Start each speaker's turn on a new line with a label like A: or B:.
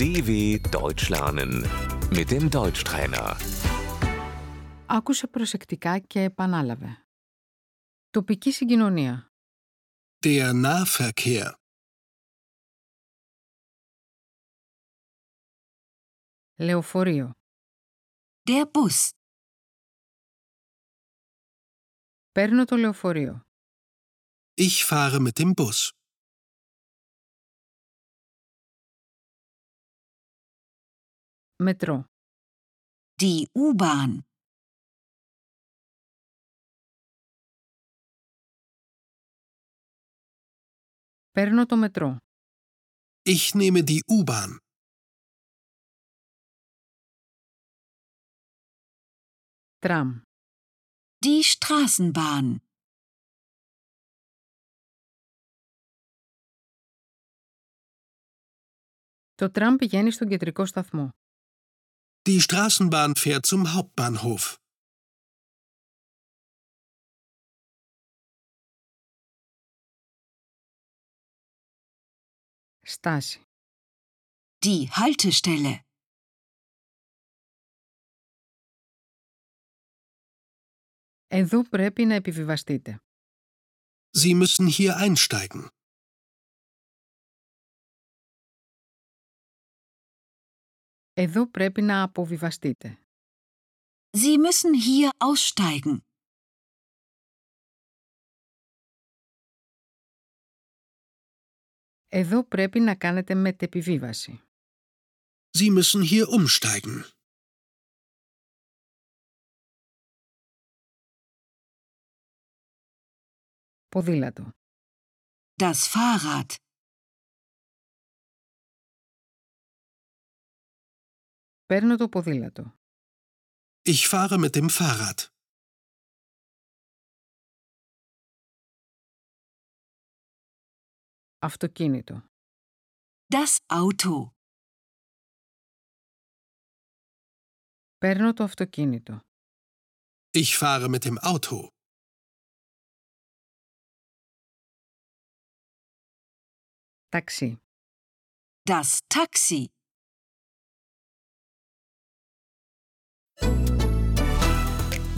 A: DW Deutsch lernen mit dem Deutschtrainer.
B: Άκουσε προσεκτικά και επανάλαβε. Τοπική συγκοινωνία.
C: Der Nahverkehr.
B: Λεωφορείο.
D: Der Bus.
B: Παίρνω το λεωφορείο.
C: Ich fahre mit dem Bus.
B: Μετρό.
D: Die U-Bahn.
B: Παίρνω το μετρό.
C: Ich nehme die U-Bahn.
B: Τραμ.
D: Die Straßenbahn.
B: Το τραμ πηγαίνει στον κεντρικό σταθμό.
C: Die Straßenbahn fährt zum Hauptbahnhof.
B: Στάση.
D: Die Haltestelle.
B: Εδώ πρέπει να επιβιβαστείτε.
C: Sie müssen hier einsteigen.
B: Εδώ πρέπει να αποβιβαστείτε.
D: Sie müssen hier aussteigen.
B: Εδώ πρέπει να κάνετε μετεπιβίβαση.
C: Sie müssen hier umsteigen.
B: Ποδήλατο.
D: Das Fahrrad.
B: Παίρνω το ποδήλατο.
C: Ich fahre mit dem Fahrrad.
B: Αυτοκίνητο.
D: Das Auto.
B: Παίρνω το αυτοκίνητο.
C: Ich fahre mit dem Auto.
B: Ταξί.
D: Das Taxi.